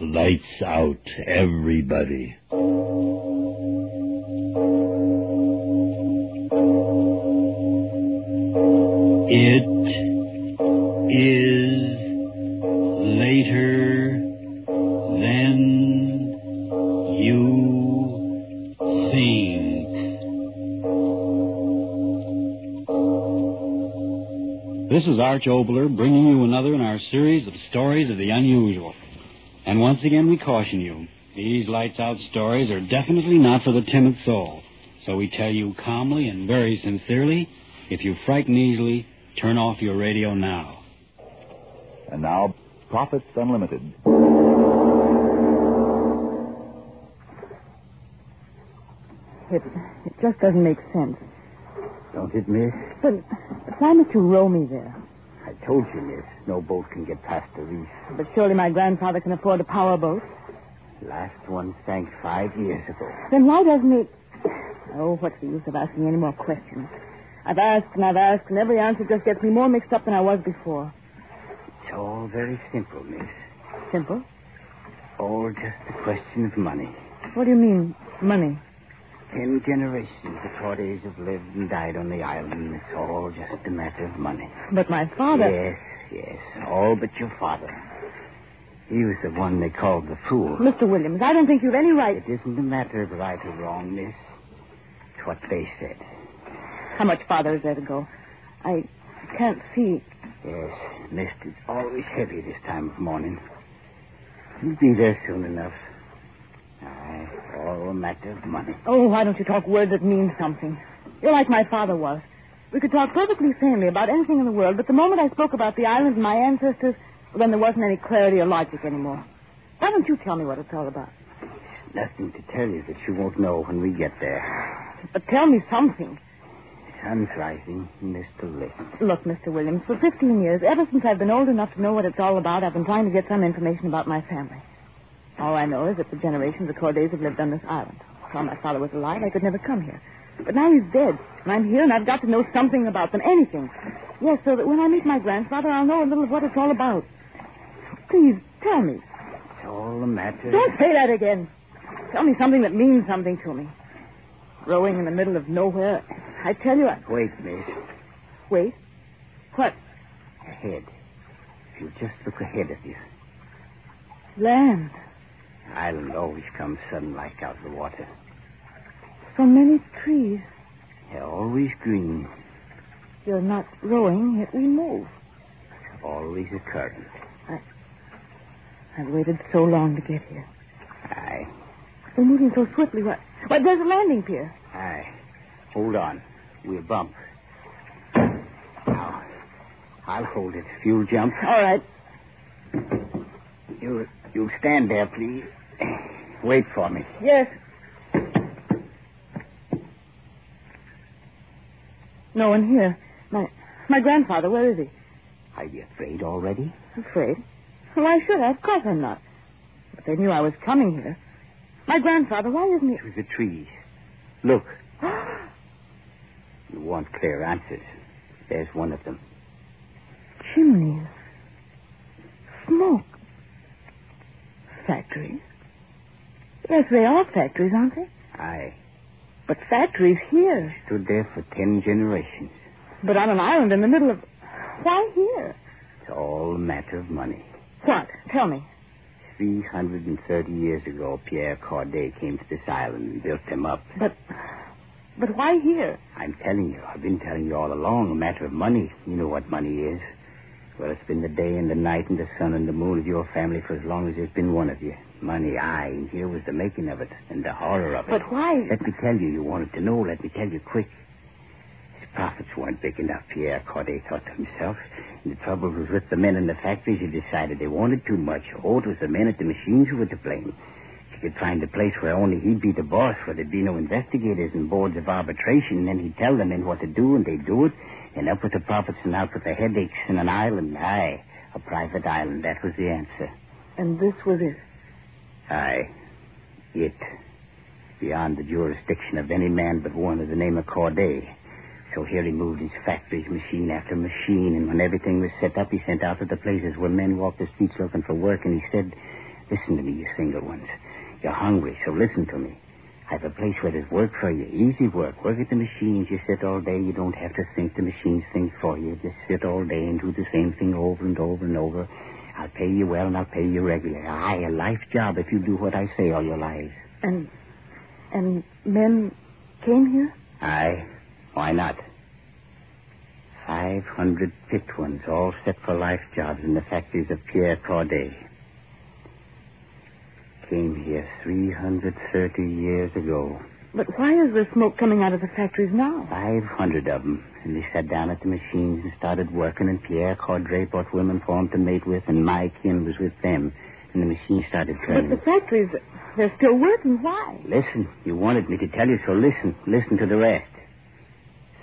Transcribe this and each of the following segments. Lights out, everybody. It is later than you think. This is Arch Obler bringing you another in our series of stories of the unusual. And once again, we caution you these lights out stories are definitely not for the timid soul. So we tell you calmly and very sincerely if you frighten easily, turn off your radio now. And now, Profits Unlimited. It, it just doesn't make sense. Don't it, miss? But why must you row me there? I told you, miss, no boat can get past the reef. But surely my grandfather can afford a powerboat. Last one sank five years ago. Then why doesn't he? Oh, what's the use of asking any more questions? I've asked and I've asked, and every answer just gets me more mixed up than I was before. It's all very simple, miss. Simple. All just a question of money. What do you mean, money? Ten generations the Crawdays have lived and died on the island. It's all just a matter of money. But my father. Yes, yes, all but your father. He was the one they called the fool. Mr. Williams, I don't think you've any right. It isn't a matter of right or wrong, miss. It's what they said. How much farther is there to go? I can't see. Yes, mist is always heavy this time of morning. You'll be there soon enough. Aye, all a matter of money. Oh, why don't you talk words that mean something? You're like my father was. We could talk perfectly sanely about anything in the world, but the moment I spoke about the island and my ancestors, well, then there wasn't any clarity or logic anymore. Why don't you tell me what it's all about? Nothing to tell you that you won't know when we get there. But tell me something. Sun's rising, mist a lift. Look, Mr. Williams, for 15 years, ever since I've been old enough to know what it's all about, I've been trying to get some information about my family. All I know is that for generations, the Cordays have lived on this island. While my father was alive, I could never come here. But now he's dead, and I'm here, and I've got to know something about them, anything. Yes, so that when I meet my grandfather, I'll know a little of what it's all about. Please, tell me. It's all a matter. Don't say that again. Tell me something that means something to me. Rowing in the middle of nowhere. I tell you, I... Wait, miss. Wait. What? Ahead. If you just look ahead of you. Land. Island always comes sudden like out of the water. So many trees. They're always green, You're not rowing, yet we move. always a current. I've waited so long to get here. Aye, They're moving so swiftly. Why, why there's a landing pier. aye. Hold on. We'll bump. Now, I'll hold it. If you'll jump. All right. You'll, you'll stand there, please. Wait for me. Yes. No one here. My my grandfather, where is he? Are you afraid already? Afraid? Why should I? Of course I'm not. But they knew I was coming here. My grandfather, why isn't he? Oh, To the trees. Look. You want clear answers. There's one of them. Chimneys. Smoke. Factories. Yes, they are factories, aren't they? Aye. But factories here. Stood there for ten generations. But on an island in the middle of. Why here? It's all a matter of money. What? Tell me. 330 years ago, Pierre Corday came to this island and built them up. But. But why here? I'm telling you, I've been telling you all along, a matter of money. You know what money is. Well, it's been the day and the night and the sun and the moon of your family for as long as there's been one of you. Money, aye, and here was the making of it and the horror of it. But why? Let me tell you, you wanted to know. Let me tell you quick. His profits weren't big enough, Pierre Corday thought to himself. And the trouble was with the men in the factories who decided they wanted too much. Oh, it was the men at the machines who were to blame. If he could find a place where only he'd be the boss, where there'd be no investigators and boards of arbitration, then he'd tell the men what to do, and they'd do it, and up with the profits and out with the headaches in an island. Aye, a private island. That was the answer. And this was it. Aye. It. Beyond the jurisdiction of any man but one of the name of Corday. So here he moved his factories, machine after machine, and when everything was set up, he sent out to the places where men walked the streets looking for work, and he said, Listen to me, you single ones. You're hungry, so listen to me. I've a place where there's work for you. Easy work. Work at the machines. You sit all day. You don't have to think the machines think for you. Just sit all day and do the same thing over and over and over. I'll pay you well and I'll pay you regular. Aye, a life job if you do what I say all your lives. And and men came here? Aye. Why not? Five hundred fit ones, all set for life jobs in the factories of Pierre Corday. Came here 330 years ago. But why is the smoke coming out of the factories now? 500 of them. And they sat down at the machines and started working, and Pierre Cordray bought women for him to mate with, and my kin was with them. And the machine started But turning. the factories, they're still working. Why? Listen, you wanted me to tell you, so listen. Listen to the rest.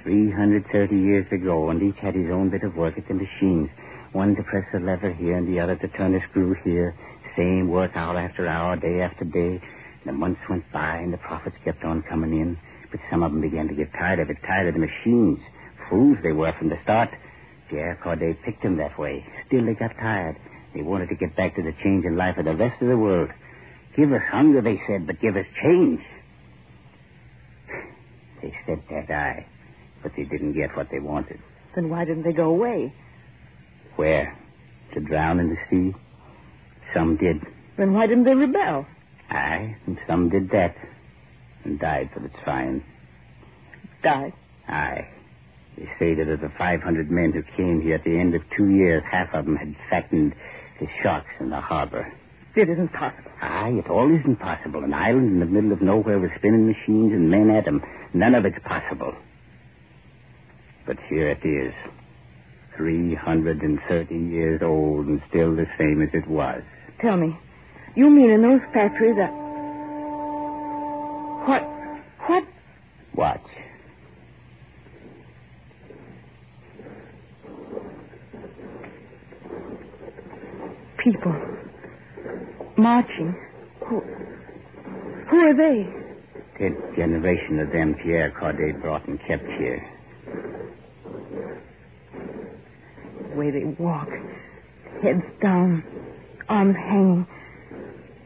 330 years ago, and each had his own bit of work at the machines. One to press a lever here and the other to turn a screw here. Same work hour after hour, day after day. The months went by and the profits kept on coming in. But some of them began to get tired of it, tired of the machines. Fools they were from the start. Pierre Corday picked them that way. Still they got tired. They wanted to get back to the change in life of the rest of the world. Give us hunger, they said, but give us change. They said that, aye, but they didn't get what they wanted. Then why didn't they go away? Where? To drown in the sea? Some did, Then why didn't they rebel? aye, and some did that, and died for the trying. Die. Aye. They say that of the 500 men who came here at the end of two years, half of them had fattened the sharks in the harbor. It isn't possible. Aye, it all isn't possible. An island in the middle of nowhere with spinning machines and men at 'em. None of it's possible. But here it is. 330 years old and still the same as it was. Tell me, you mean in those factories that... What? What? Watch. People. Marching. Who... Who are they? Tenth generation of them Pierre Corday brought and kept here. The way they walk. Heads down. Arms hanging.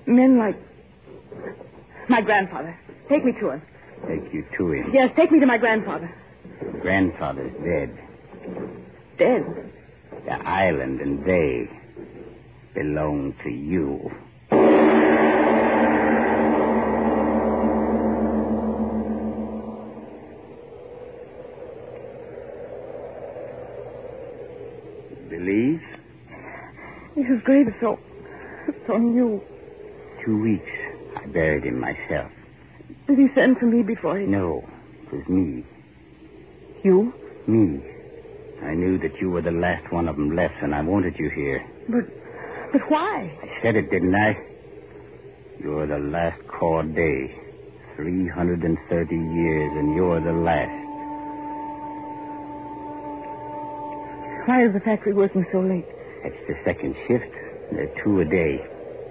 Men like... My grandfather. Take me to him. Take you to him. Yes, take me to my grandfather. Grandfather's dead. Dead. The island and they belong to you. Believe? His grave is so... so new. Two weeks. I buried him myself. Did he send for me before he... No, it was me. You? Me. Hmm. I knew that you were the last one of them left, and I wanted you here. But... But why? I said it, didn't I? You're the last Corday. 330 years, and you're the last. Why is the factory working so late? That's the second shift. There are two a day.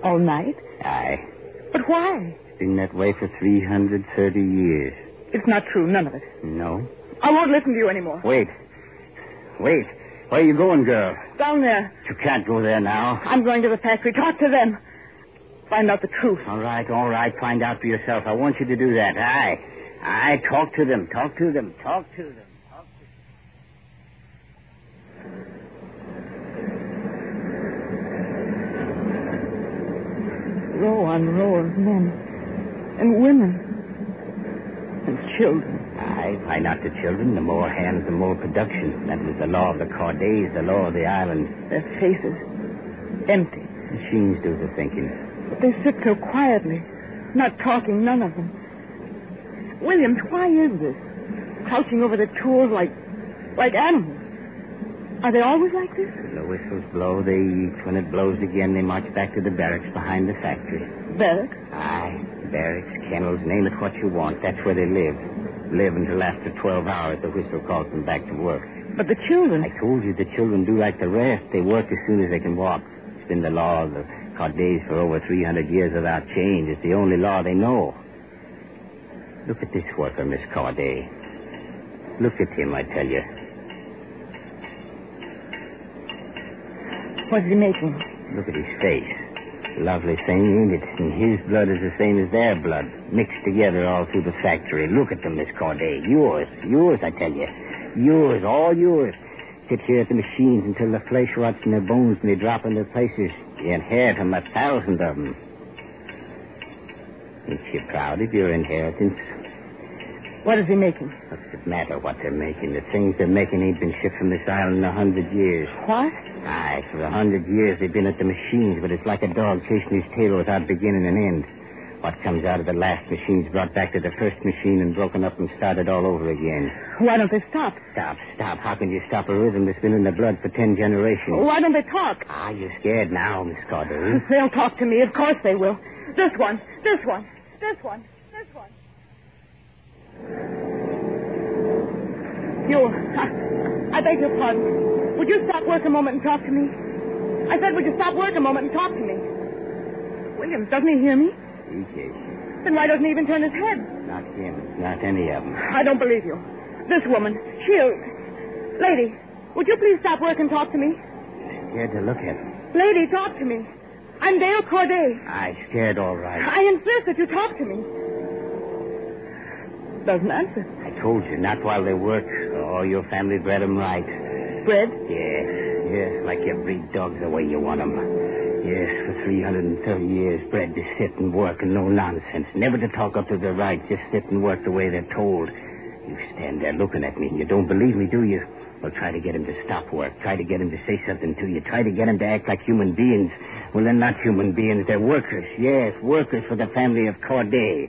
All night? Aye. But why? It's been that way for 330 years. It's not true, none of it. No? I won't listen to you anymore. Wait. Wait. Where are you going, girl? Down there. You can't go there now. I'm going to the factory. Talk to them. Find out the truth. All right, all right. Find out for yourself. I want you to do that. Aye. Aye. Talk to them. Talk to them. Talk to them. Row on row of men and women and children. Aye, why not the children? The more hands, the more production. That was the law of the Cordays, the law of the island. Their faces empty. Machines do the thinking. But they sit so quietly, not talking, none of them. Williams, why is this? Crouching over the tools like like animals. Are they always like this? When the whistles blow, they eat. When it blows again, they march back to the barracks behind the factory. Barracks? Aye, barracks, kennels, name it what you want. That's where they live. Live until after 12 hours, the whistle calls them back to work. But the children. I told you the children do like the rest. They work as soon as they can walk. It's been the law of the Cordays for over 300 years without change. It's the only law they know. Look at this worker, Miss Corday. Look at him, I tell you. What's he making? Look at his face. Lovely thing, ain't it? And his blood is the same as their blood, mixed together all through the factory. Look at them, Miss Corday. Yours, yours, I tell you. Yours, all yours. Sit here at the machines until the flesh rots in their bones and they drop in their places. You inherit 'em, a thousand of 'em. Ain't you proud of your inheritance? What is he making? What's the matter what they're making? The things they're making ain't been shipped from this island in a hundred years. What? Aye, for a hundred years they've been at the machines, but it's like a dog chasing his tail without beginning and end. What comes out of the last machine's brought back to the first machine and broken up and started all over again. Why don't they stop? Stop, stop. How can you stop a rhythm that's been in the blood for ten generations? Why don't they talk? Ah, you're scared now, Miss Carter. They'll talk to me. Of course they will. This one, this one, this one, this one. You, I, I beg your pardon. Would you stop work a moment and talk to me? I said, would you stop work a moment and talk to me? Williams, doesn't he hear me? EJ, Then why doesn't he even turn his head? not him, not any of 'em. I don't believe you. This woman, she'll. Lady, would you please stop work and talk to me? Scared to look at 'em. Lady, talk to me. I'm Dale Corday. Aye, scared all right. I insist that you talk to me. Doesn't answer. I told you, not while they work. Oh, your family bred 'em right. Fred? Yes, yes, like you breed dogs the way you want 'em. Yes, for 330 years, bred to sit and work and no nonsense. Never to talk up to their rights, just sit and work the way they're told. You stand there looking at me and you don't believe me, do you? Well, try to get 'em to stop work. Try to get 'em to say something to you. Try to get 'em to act like human beings. Well, they're not human beings. They're workers. Yes, workers for the family of Corday.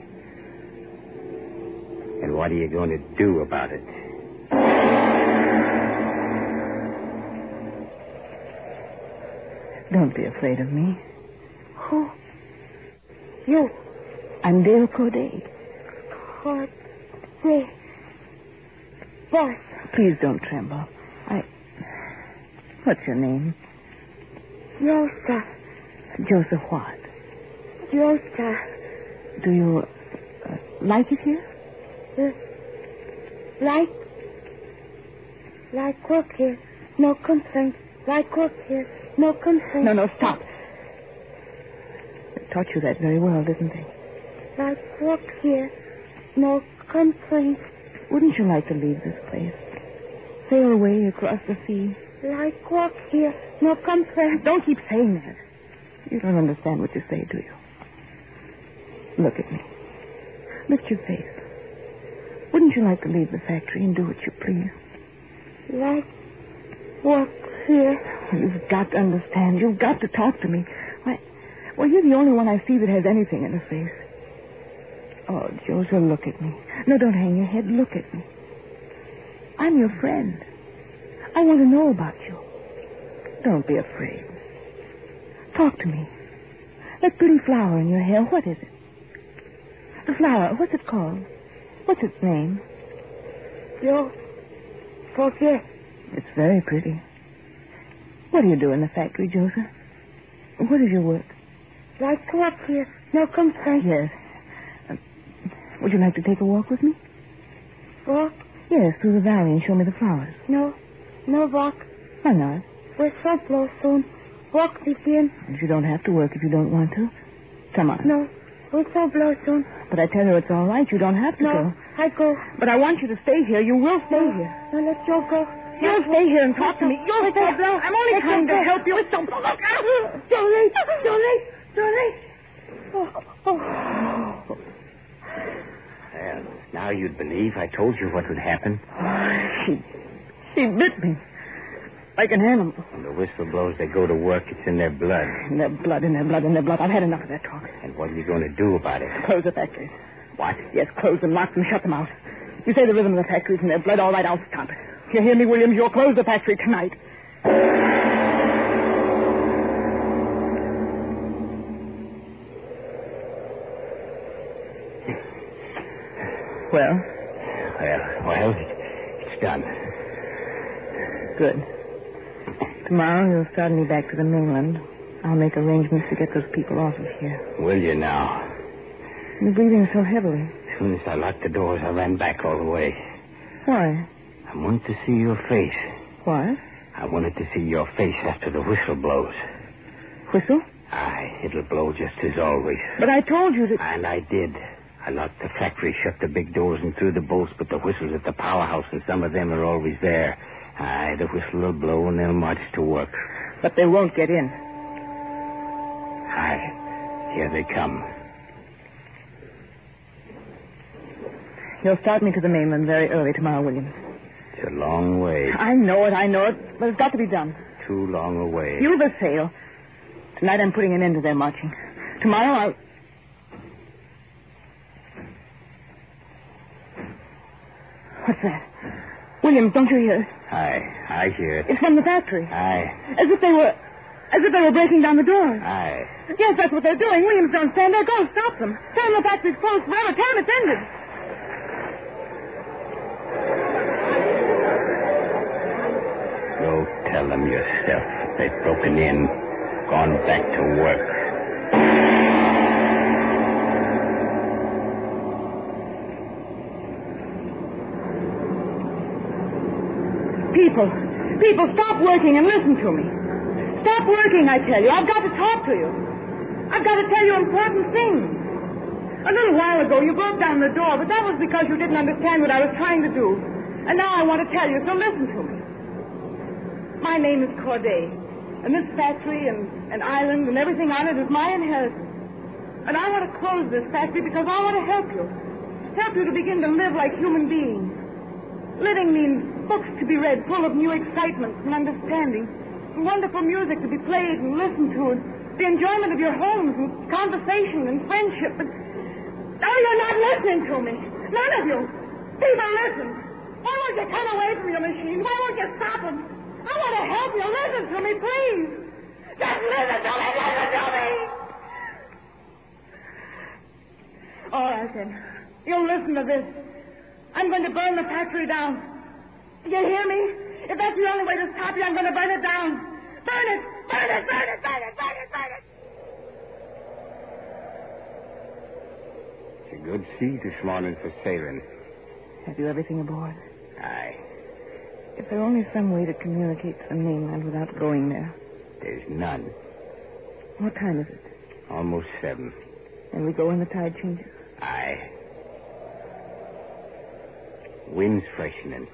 And what are you going to do about it? Don't be afraid of me. Who? You. I'm Dale Corday. Corday. Boss. Please don't tremble. I. What's your name? Joseph. Joseph what? Joseph. Do you uh, like it here? Like, like work here, no complaint. Like work here, no complaint. No, no, stop. They taught you that very well, didn't they? Like work here, no complaint. Wouldn't you like to leave this place? Sail away across the sea? Like work here, no complaint. Don't keep saying that. You don't understand what you say, do you? Look at me. Lift your face. Wouldn't you like to leave the factory and do what you please? Like work here, You've got to understand. You've got to talk to me. Why, well, you're the only one I see that has anything in her face. Oh, Joshua, look at me. No, don't hang your head. Look at me. I'm your friend. I want to know about you. Don't be afraid. Talk to me. That pretty flower in your hair, what is it? The flower, what's it called? What's its name? you forget. It's very pretty. What do you do in the factory, Joseph? What is your work? Like work here, no complaint. Yes. Uh, would you like to take a walk with me? Walk, Yes, through the valley and show me the flowers. no, no walk. Why not? Whistle blow soon. Walk begin, If you don't have to work if you don't want to. Come on. no. Whistle blow soon. But I tell you, it's all right. You don't have to No, go. I go. But I want you to stay here. You will stay No, here. no, let you go. You'll No. stay here and talk to me. You'll Whistle stay. blow. I'm only Whistle trying to blow. help you. It's something. Look out. Jolie, Jolie, Jolie. Oh, oh. Well, now you'd believe I told you what would happen. Oh, She, she bit me. Like an animal. When the whistle blows, they go to work. It's in their blood. And their blood, and their blood, and their blood. I've had enough of that talk. And what are you going to do about it? Close the factories. What? Yes, close them, lock them, shut them out. You say the rhythm of the factory's in their blood. All right, I'll stop. You hear me, Williams? You'll close the factory tonight. Well, Well, well, it's done. good. Tomorrow you'll start me back to the mainland. I'll make arrangements to get those people off of here. Will you now? You're breathing so heavily. As soon as I locked the doors, I ran back all the way. Why? I wanted to see your face. Why? I wanted to see your face after the whistle blows. Whistle? Aye, it'll blow just as always. But I told you that. And I did. I locked the factory, shut the big doors, and threw the bolts, but the whistles at the powerhouse and some of them are always there. Aye, the whistle'll blow and they'll march to work. But they won't get in. Aye, here they come. You'll start me to the mainland very early tomorrow, Williams. It's a long way, I know it, I know it, but it's got to be done. too long a way. You the sale. Tonight I'm putting an end to their marching. Tomorrow I'll. What's that? Williams, don't you hear? it? Aye, I hear it. It's from the factory. Aye, As if they were. As if they were breaking down the doors. aye. Yes, that's what they're doing. Williams, don't stand there. Go, stop them. Tell them the factory's closed forever. Tell them it's ended. Go tell them yourself. They've broken in, gone back to work. People, people, stop working and listen to me. Stop working, I tell you. I've got to talk to you. I've got to tell you important things. A little while ago, you broke down the door, but that was because you didn't understand what I was trying to do. And now I want to tell you, so listen to me. My name is Corday, and this factory and, and island and everything on it is my inheritance. And I want to close this factory because I want to help you. Help you to begin to live like human beings. Living means books to be read full of new excitements and understanding, and wonderful music to be played and listened to, and the enjoyment of your homes and conversation and friendship. But now you're not listening to me. None of you. People, listen. Why won't you come away from your machine? Why won't you stop them? I want to help you. Listen to me, please. Just listen to me. Listen to me. All right, then. You'll listen to this. I'm going to burn the factory down. You hear me? If that's the only way to stop you, I'm going to burn it down. Burn it! Burn it! Burn it! Burn it! Burn it! Burn it! It's a good sea this morning for sailing. Have you everything aboard? Aye, If there were only some way to communicate to the mainland without going there. there's none. What time is it? Almost seven. And we go when the tide changes. Aye. Wind's freshening.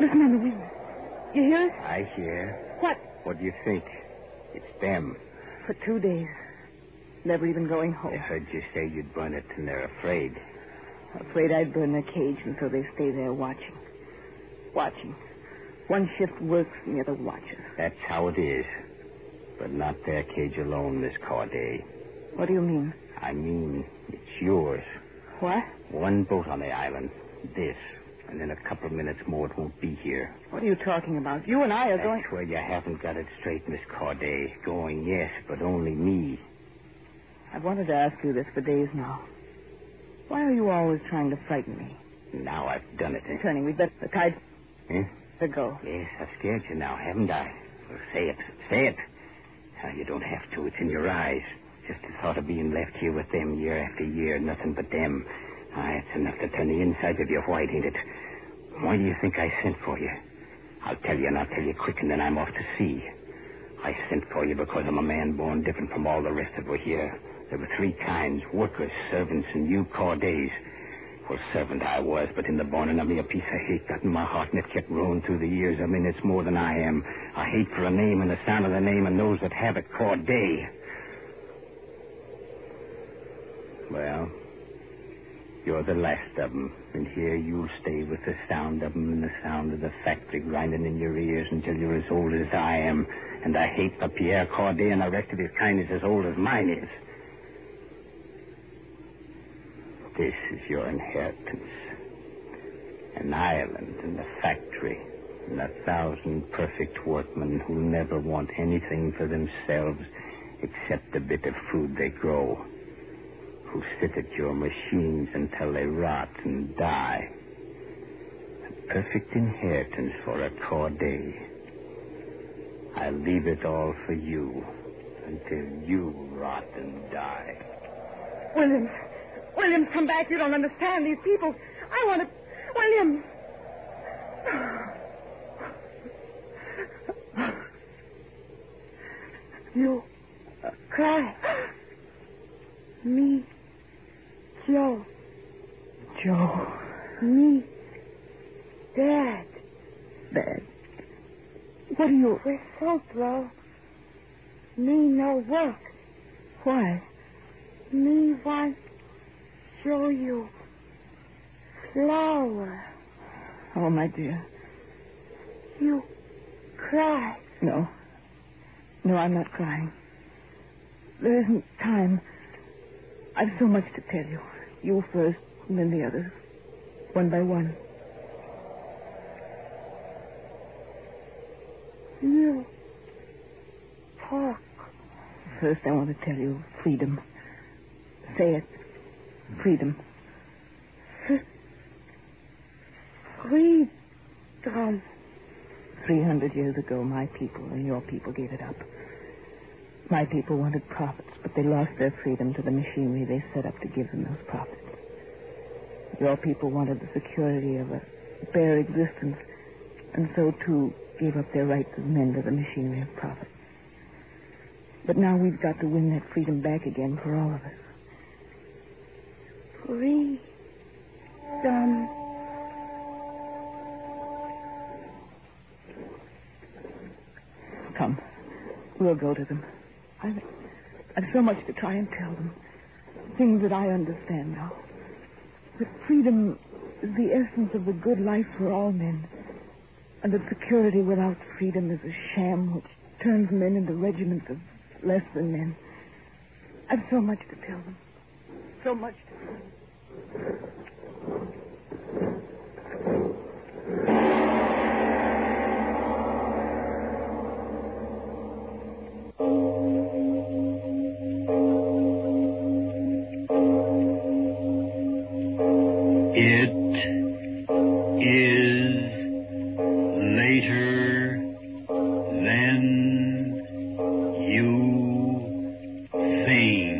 Listen on the wind. You hear it? I hear. What? What do you think? It's them. For two days. Never even going They home. heard you say you'd burn it, and they're afraid. Afraid I'd burn their cage until they stay there watching. Watching. One shift works and the other watches. That's how it is. But not their cage alone, Miss Corday. What do you mean? I mean, it's yours. What? One boat on the island. This. And in a couple of minutes more, it won't be here. What are you talking about? You and I are That's going. where you haven't got it straight, Miss Corday. Going, yes, but only me. I've wanted to ask you this for days now. Why are you always trying to frighten me? Now I've done it. Eh? Turning, we'd better the tide Huh? to go. Yes, I've scared you now, haven't I? Well, say it. Say it. Now, you don't have to. It's in your eyes. Just the thought of being left here with them year after year, nothing but them. Ah, it's enough to turn the insides of you white, ain't it? Why do you think I sent for you? I'll tell you, and I'll tell you quick, and then I'm off to sea. I sent for you because I'm a man born different from all the rest that were here. There were three kinds workers, servants, and you Cordays. Well, servant I was, but in the morning of me a piece of hate got in my heart and it kept rolling through the years. I mean, it's more than I am. I hate for a name and the sound of the name and those that have it, Corday. Well, you're the last of 'em, and here you'll stay with the sound of 'em and the sound of the factory grinding in your ears until you're as old as I am. And I hate for Pierre Corday, and the rest of his kind is as old as mine is. This is your inheritance an island and a factory and a thousand perfect workmen who never want anything for themselves except a bit of food they grow who sit at your machines until they rot and die. A perfect inheritance for a Corday. I leave it all for you until you rot and die. Williams. Williams, come back. You don't understand these people. I want to. Williams. You cry. Me. Joe. Joe. Me. Dad. Dad. What are you. We're so low. Me no work. Why? Me want show you flower. Oh, my dear. You cry. No. No, I'm not crying. There isn't time. I've so much to tell you. You first, and then the others. One by one. You talk. First, I want to tell you freedom. Say it. Freedom. Freedom. Three hundred years ago, my people and your people gave it up. My people wanted profits, but they lost their freedom to the machinery they set up to give them those profits. Your people wanted the security of a bare existence, and so too gave up their rights as men to the machinery of profit. But now we've got to win that freedom back again for all of us. Freedom. Come. We'll go to them. I've, I've so much to try and tell them. Things that I understand now. That freedom is the essence of a good life for all men. And that security without freedom is a sham which turns men into regiments of less than men. I've so much to tell them. So much to tell them. It is later than you think.